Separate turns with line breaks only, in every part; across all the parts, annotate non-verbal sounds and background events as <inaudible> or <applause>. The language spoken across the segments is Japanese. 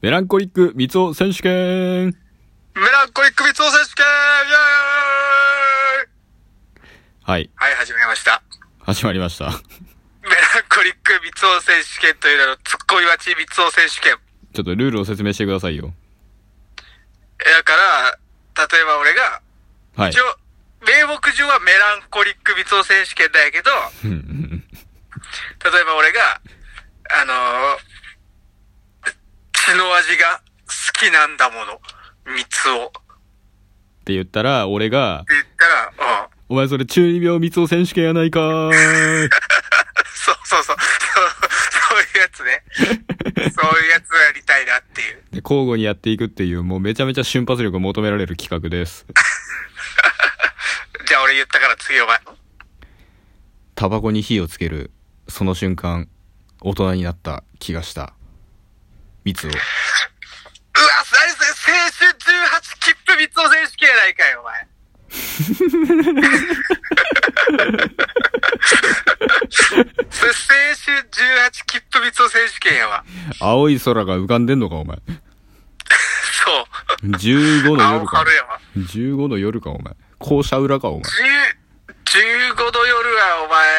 メランコリック三尾選手権
メランコリック三つ選手権イエーイ
はい、
はい、始めました。
始まりました。 <laughs>
メランコリック三つ選手権という名のツッコミ待ち三つ選手権。
ちょっとルールを説明してくださいよ。
だから、例えば俺が、
はい
一。応、名目上はメランコリック三つ選手権
<laughs>
だけど、
うんうん
例えば俺が、あのー血の味が好きなんだもの、三つを。
って言ったら、俺が、
って言ったら、うん。
お前それ中二病三尾選手権やないか
<laughs>
ーい。
そうそうそう。そうそういうやつね。そういうやつをやりたいなっていう。
で交互にやっていくっていう、もうめちゃめちゃ瞬発力を求められる企画です。
じゃあ俺言ったから次お前。
タバコに火をつける、その瞬間、大人になった気がした。三尾。
うわ、何それ青春18切符三つの選手権やないかよ、お前。それ青春18切符三つの選手権やわ。
青い空が浮かんでんのか、お前。
そう。
15の
青
夜か
春。やわ。
15の夜か、お前。校舎裏か、お前。
十15の夜はお前、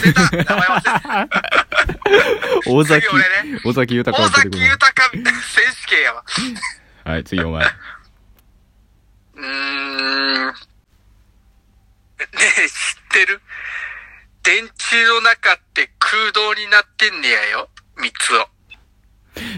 うーあれなんだっけ忘れた。名前忘れた。
大崎
次俺ね、
大崎豊
大
は出て
崎
く
豊
る。
選手権やわ。
はい、次お前。
うーん。ねえ、知ってる電柱の中って空洞になってんねやよ、三つを。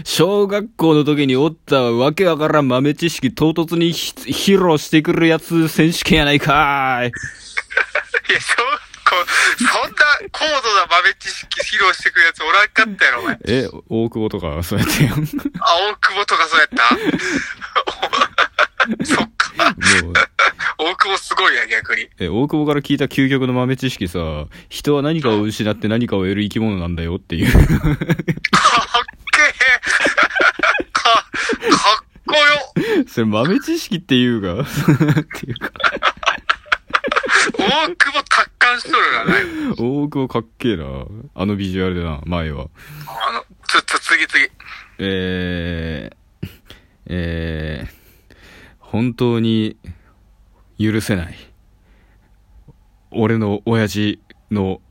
小学校の時におったわけわからん豆知識唐突にひ披露してくるやつ選手権やないかーい。
いや、小学校、そんな高度な豆知識披露してくるやつおらんかったやろ、お前。
え、大久保とか、そうやって。
青久保とかそうやったそっか。
もう、
大久保すごいや、逆に。
え、大久保から聞いた究極の豆知識さ、人は何かを失って何かを得る生き物なんだよっていう。 <laughs>
かっけえ。か、かっこよ。
それ豆知識っていうか、っていうか、
大久保達観しとるな、だいぶ
大久保かっけえな。あのビジュアルでな、前は。
あの、ちょ、ちょ、次次。
えー、えー、本当に許せない。俺の親父の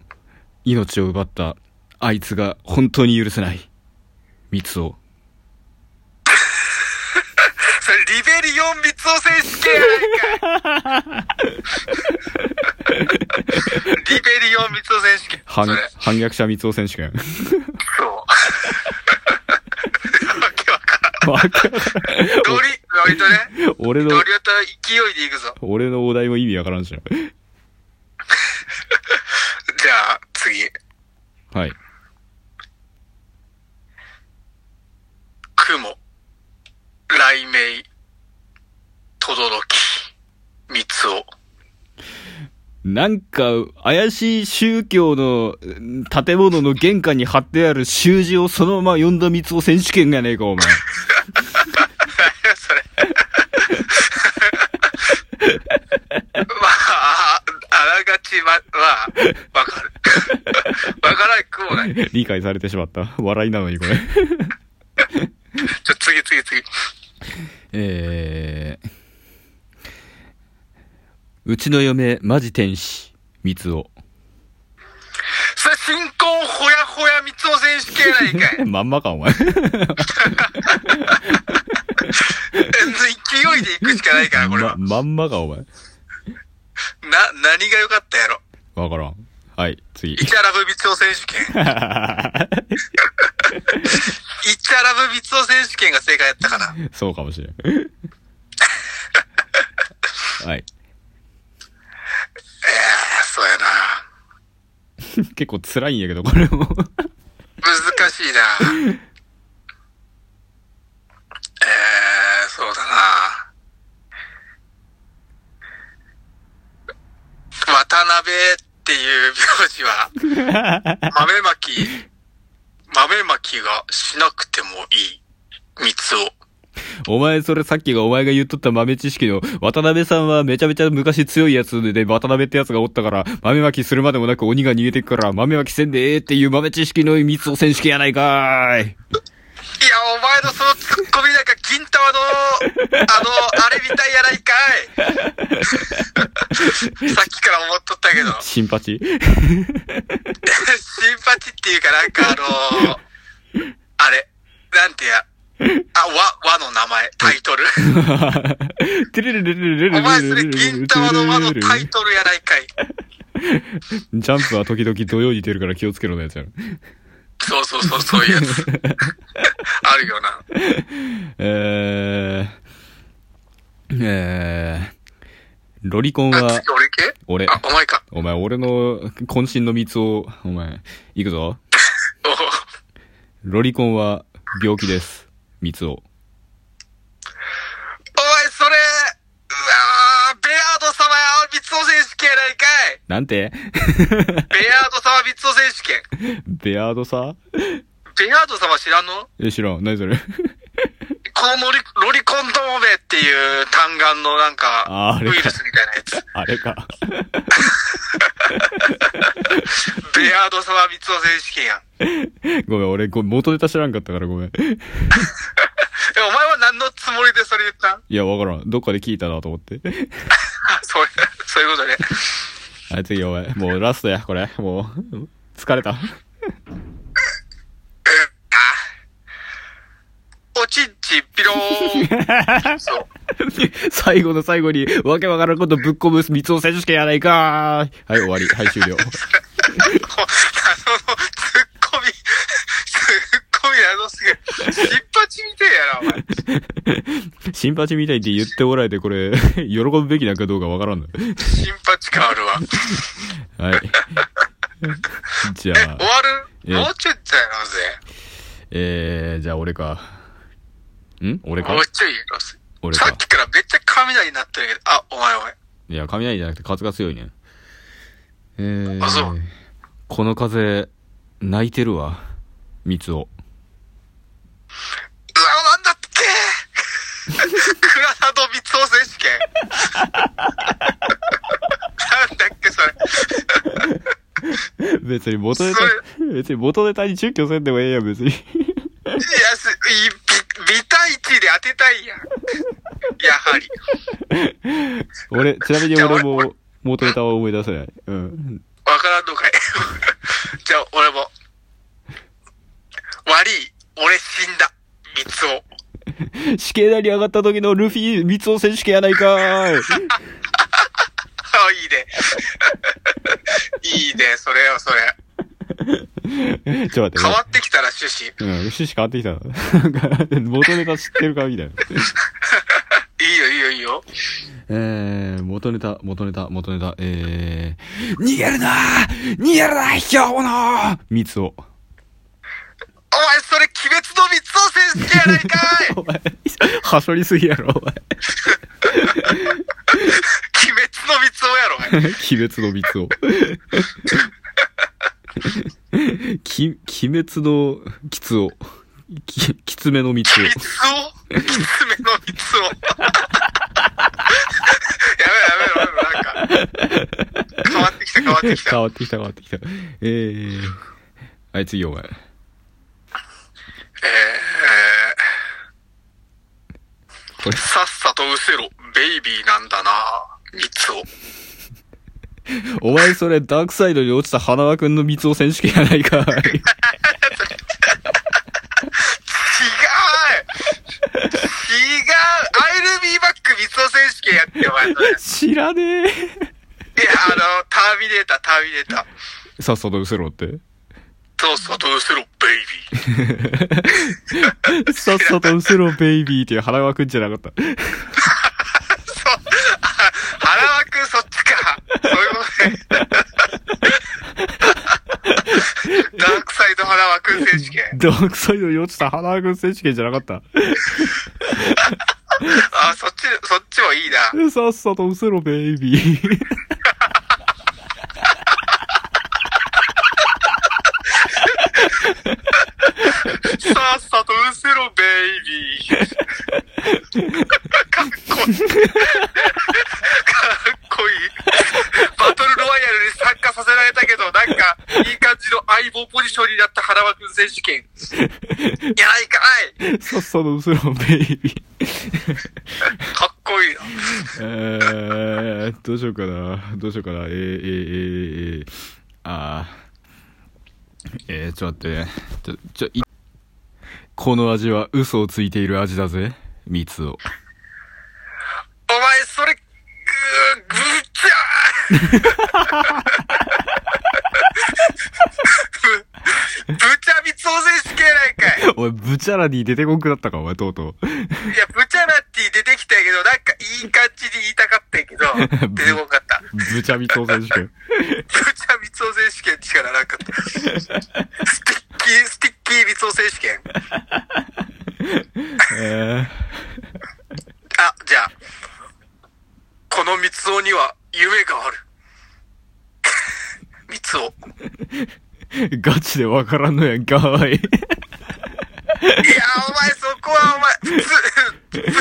命を奪ったあいつが本当に許せない。三つを。
それ、リベリオン三つ選手権やないかい。リベリオン三つ選手権。
反
それ、
反逆者三つ選手権。 <laughs>
そう。わけわからん。
わかんない
ノリ、ノリとね。
俺
ノ
の
リ、と勢いでいくぞ。
俺のお題も意味わからんしな。
じゃあ、次。
はい。
雲、雷鳴、とどろき、三つを。
なんか、怪しい宗教のうん建物の玄関に貼ってある習字をそのまま読んだ三つ選手権がねえか、お前。
それ。まあ、あらがちま、まあ、わかる。わからんくもない。
<laughs> 理解されてしまった。 <laughs> 笑いなのにこれ。
ちょ、次次次。
えー、うちの嫁、マジ天使、三つお。
それ、新婚ほやほや三つお選手権やないか
<laughs>
い。
まんまか、お前。
勢いで行くしかないから、これ
ま <laughs>
は。、
まんまか、お前。
な、何が良かったやろ。
わからん。はい、次
イ。チャラブ三つお選手権。イチャラブ三つお選手権が正解やったかな。
<laughs> そうかもしれん。 <laughs> はい。
ええそうやな。
結構辛いんやけど、これも。
難しいな。えー、そうだな。渡辺っていう名字は、豆まき、豆まきがしなくてもいい。三つを。
お前、それさっきがお前が言っとった豆知識の、渡辺さんはめちゃめちゃ昔強いやつで、渡辺ってやつがおったから、豆まきするまでもなく鬼が逃げてくから、豆まきせんでええっていう豆知識の三つ選手権やないかー <laughs> い。
いや、お前のそのツッコミなんか、銀玉の、あの、あれみたいやないかい。 <laughs> さっきから思っとったけど、
新八
<laughs> 新八っていうかなんかあのー
<laughs>
あれ、なんてや、あ、わ、和の名前、タイトル。
てれれれれれれれれれれれれ
お前それ銀玉の和のタイトルやないかい。
ジャンプは時々土曜に出るから気をつけろのやつやろ。
そうそうそう、そういうやつ。あるよな。
えー、えー、ロリコン
あ、
は
次、俺系
俺、
あ、お前か。
お前、俺の渾身の蜜を、お前、行くぞ。
おう
ロリコンは病気です。蜜を。
お前それ、うわーベアード様や、三つ男選手権やないかい。
なんて <laughs>
ベアード様三つ男選手権。
ベアードさ
ベアード様知らんの
え、知らん。何それ <laughs>
このロリロリコン同盟っていう単眼のなん
あ
か
あ、れ
ウ
か
イルスみたいなやつ。
あれか。
ベアード様三つ男選手権やん。
ごめん、俺、ご元ネタ知らんかったからごめん。
え、お前は何のつもりでそれ言ったん <laughs>
いや、わからん。どっかで聞いたなと思って。 <laughs>
あ、そう、 <laughs> そういうことね。
はい、次、お前。もうラストや、これ。もう、疲れた。 <laughs>
あおちんちん <laughs> ピローン。そう。
最後の最後に、わけわからんことぶっ込む三つ選手権やないかーはい、終わり。はい、終了。
あの、ツッコミ、 <laughs> ツッコミあのすげえ、新八みてえやな、お前。
新八みたいって言っておられて、これ、 <laughs> 喜ぶべきなんかどうかわからんの。
新八変わるわ。
はい。 <laughs> じゃ
え、終
あ、
わ
え
るもうちょいじゃろうぜ。
えー、じゃあ俺か。ん俺か
もうちょいやろうぜ。
俺
さっ
か。
きからめっちゃ雷になってるけど、あ、お前お前。
いや、雷じゃなくて風が強いね。えー、
あそう
この風、泣いてるわ。三つを。
うわ、なんだっけクラナド三つ男選手権なんだっけ、それ。
<laughs> 別に元ネタ
そ、
<laughs> 別に元ネタに中居せんでもええやん、
<laughs>
別に。
いや、す、い、び、びたいちで当てたいやん。やはり。
俺、ちなみに
じゃあ
俺
俺
も元ネタは思い出せない。うん。
わからんのかい。じゃあ、俺も。悪い。俺死んだ。三つを。
死刑台に上がった時のルフィ三つ選手権やないかーい。 <laughs>
あ、いいね。いいね、それよ、それ。
ちょっと待って。
変わってきたら趣旨。
うん、趣旨変わってきたな。 <laughs> なんか、元ネタ知ってるかみたいな。
いいよ、いいよ、いいよ。
えー、元ネタ、元ネタ、元ネタ、えー、逃げるなー逃げるな卑怯者三つを。
お前、それ、鬼滅の三つを選手権やないかい
お前、はしょりすぎやろ、お前。
鬼滅の三つをやろ、お前。
鬼滅の三つを。き、鬼滅のきつを。き、きつめの三つ
三つを三つ目の三つを。やめろ、や <laughs> めろ、やめろ、なんか。変わってきた、変わって
を。
きた。
変わってきた、変わってきた。えー、はい、次お前。
え
これ
ー、さっさと失せろ、ベイビーなんだな、三つを。
お前それ、ダークサイドに落ちた花輪くんの三つを選手権やないかい。
違う違うアイルビーバック三つを選手権やってよ、お前それ。いや、
知らね
あの、ターミネーター、ターミネーター。
え。さっさと失せろって。
さっさと失せろ、ベイビー。
さっさと失せろ、ベイビーっていう花輪くんじゃなかった。
<laughs> そう、あ原輪くんそっちか。そういうこと <laughs> ね。ダークサイド原輪くん選手権。
<laughs> ダークサイドに落ちた花輪くん選手権じゃなかった。
あ、そっち、そっちもいいな。
さっさと失せろ、ベイビー。
さっさと失せろ、ベイビー。 <laughs> 大事件。やないかい
さっさとすろ、ベイビー。
かっこいいな。
えー、どうしようかな。どうしようかな。えー、えー、えー、えー、あー。えー、ちょっと待ってね。ちょ、ちょ、いこの味は嘘をついている味だぜ。蜜を。
お前、それ、ぐー、ぐっちゃー <laughs> ぶぶちゃみつお選手権やないかい。
おい、ブチャラに出てこんくなったか、お前、とうとう。
いや、ブチャラティ出てきたんやけど、なんかいい感じに言いたかったんやけど、出てこんかった。ブ
ブチャミ当選手権。
チャミツオ選手権しかならんかった。スティッキー、スティッキーミツオ選手権。
えー、
あ、じゃあ、このミツオには夢がある。 <laughs> ミツオ。
<laughs> ガチでわからんのやんか、おい。
いや、お前そこはお前、ぶ、ぶ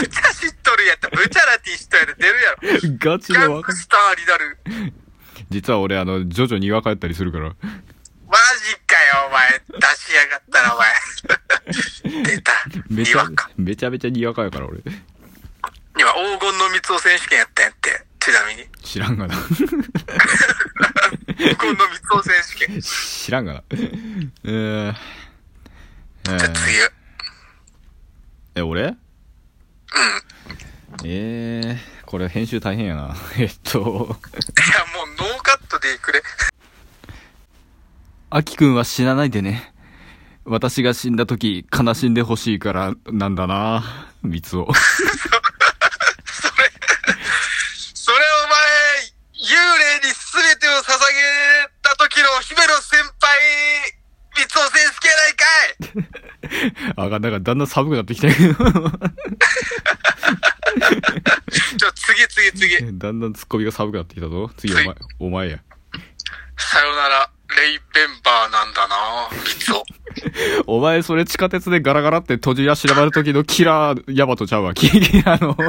ちゃ知っとるやった。ブチャラティ知っとるやった。出るやろ。
ガチ
ギ
で
ャン
わか
グ
ん
スターになる。
実は俺、あの、ジョジョにわかやったりするから。
マジかよ、お前。出しやがったな、お前。 <laughs> 出た。
め
に
ちゃ
わか。、
めちゃめちゃにわかやから、俺。
今、黄金の三つ選手権やったんやって。ちなみに。
知らんがな。
黄金の三つ選手 <laughs> 権。
知らんがな。えー、え
じゃあ
ー、
次。うん。
え、俺えー、これ編集大変やな。 <laughs> えっと、
いや、もうノーカットでいくれ。
あきくんは死なないでね。私が死んだ時、悲しんでほしいから、なんだな。みつお。
それ、それお前、幽霊に全てを捧げた時の姫野先輩、三つ選手権やないかい
あが、なんかだんだん寒くなってきたけど。
ちょ、次次次。
<laughs> だんだんツッコミが寒くなってきたぞ。次、お前、お前や。
さよなら、レイベンバーなんだな三つ
お前、それ地下鉄でガラガラって閉じやしらばる時のキラー、ヤマトちゃうわ。キキラの、 <laughs>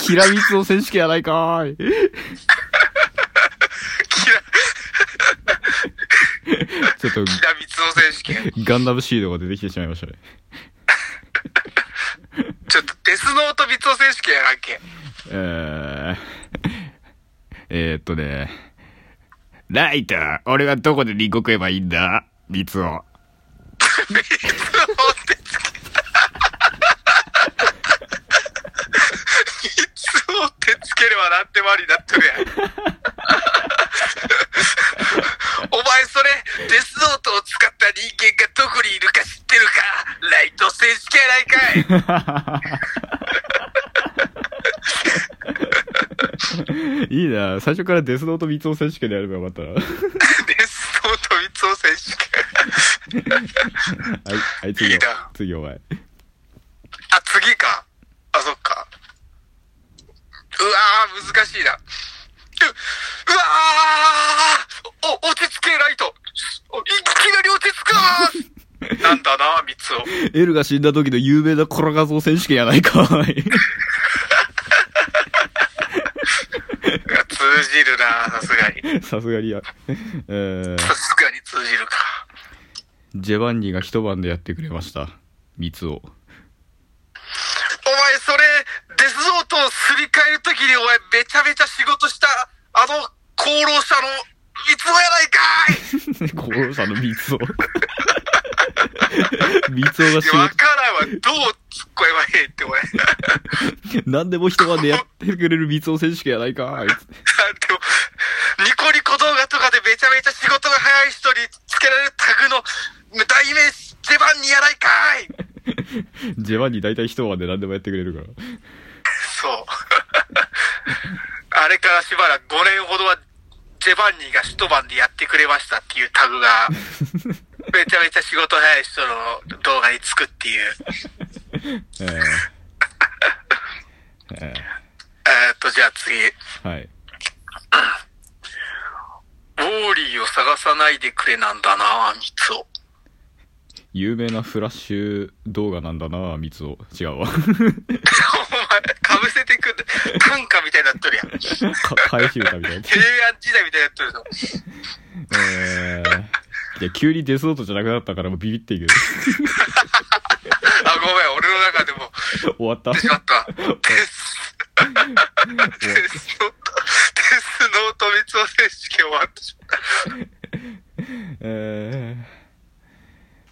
キラミツオ選手権やないかーい。
キラ、
ちょっと、
キラ三つ選手権。
ガンダムシードが出てきてしまいましたね。
ちょっと、デスノート三つ選手権やらんけ。
えー、えーっとね、ライター、俺はどこでリンゴ食えばいいんだミツオ。
三つってつけた。三つってつければなんてまりになってるやん。お前それ、デスノートを使った人間がどこにいるか知ってるかライト選手権やないかい
いいな最初からデスノートミツオ選手権でやればよかったな。 <laughs>
デスノート三つ選手権。
はい、はい、次
い
お
いな
次お前。
あ、次か。あ、そっか。うわー、難しいな。う、うわーお、落ち着け、ライト。おいきなり落ち着くなーなんだな、三つを。
<laughs> エルが死んだ時の有名なコラ画像選手権やないかい。 <laughs>
いや通じるな、さすがに。
さすがにや。 <laughs> えー、
さすがに通じるか。
ジェバンニが一晩でやってくれました。ミツ <laughs> オ。
お前、それ、デスノートをすり替えるときに、お前、めちゃめちゃ仕事した、あの、功労者の三つをやないかい
功労者の <laughs> ミツオ。ミツオが
い
仕
やわ
事、
からんわ。どう突っ込めばいいって、お前。
何でも一晩でやってくれるミツオ選手権やないかい。
あ <laughs> でも、ニコニコ動画とかでめちゃめちゃ仕事が早い人につけられるタグの代名詞、ジェバンニやないかい <laughs>
ジェバンニ大体一晩で何でもやってくれるから。
そう。 <laughs> あれからしばらく5年ほどは、ジェバンニが一晩でやってくれましたっていうタグが、めちゃめちゃ仕事早い人の動画につくっていう。
えー、え
えーっと、じゃあ次。
ー、はい。
ウォーリーを探さないでくれなんだな三つを。 <laughs>
有名なフラッシュ動画なんだな、ミツオ。違うわ。 <laughs>
お前、かぶせてくんだ。短歌みたいになっとるやん。
か返し歌みたいな。
テレビアン時代みたいになっとるの。
えーいや、急にデスノートじゃなくなったからもうビビってんけど。
あ、ごめん、俺の中でも、
終わった
しまった。デス、デスノート、デスノート三つの選手権終わってしまった。
え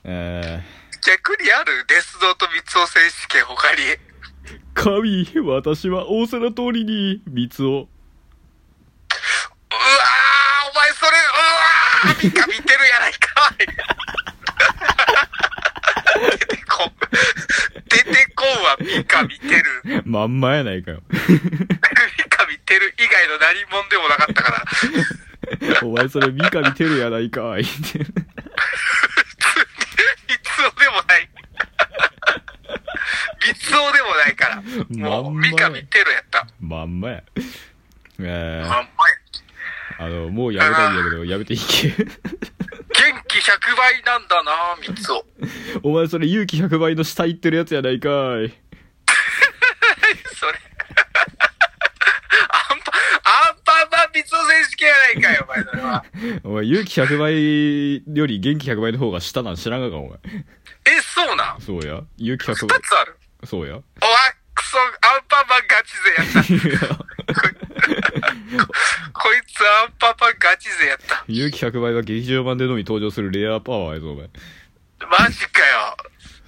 ー、え
逆にあるデスノート三つの選手権他に。
ー、神、私は仰せの通りに、三つを。
うわー、お前それ、うわー、見か見てるやないかい。出てこん。出てこんはミカ見てる。ミ
まんまやないかよ。 <laughs>
カ見てる以外の何者でもなかったから。
お前それ三上照やないかい。 <laughs>
<laughs> 三つおでもない。三つおでもないから。もう、
まんまや
ミカ見てるやった。
まんまや。え
あ
ー、
んまや
あの、もうやめたいんだけど、やめていけ。 <laughs>
元気100倍なんだな、三つお。
お前それ勇気100倍の下行ってるやつやないかい。
それ。 <laughs> アンパ、アンパンマン三つお選手権やないかい、お前それは。
お前勇気100倍より元気100倍の方が下なん知らんがか、お前。
え、そうなん
そうや。勇気
二
100倍。
つある。
そうや。 <laughs>
おわ、クソ、アンパンマンガチ勢やった。こいつアンパンマンガチ勢やった。
勇気100倍は劇場版でのみ登場するレアパワーやぞ、お前。
マジかよ。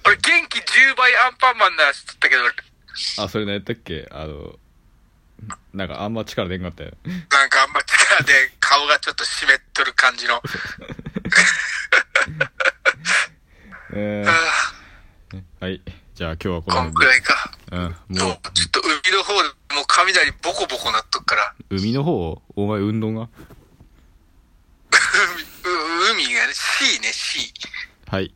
俺元気10倍アンパンマンなら知っとったけど、
あ、それ何やったっけあの、なんかあんま力出んかったよ。
なんかあんま力で顔がちょっと湿っとる感じの。
えー、はい。じゃあ今日はこの
こん
辺
くらいか。
で。うん。
も
も
う、ちょっと海の方でもう雷ボコボコなっとくから。 <laughs>
う、海の方お前運動が
海、う海がね、C ね、C。
はい。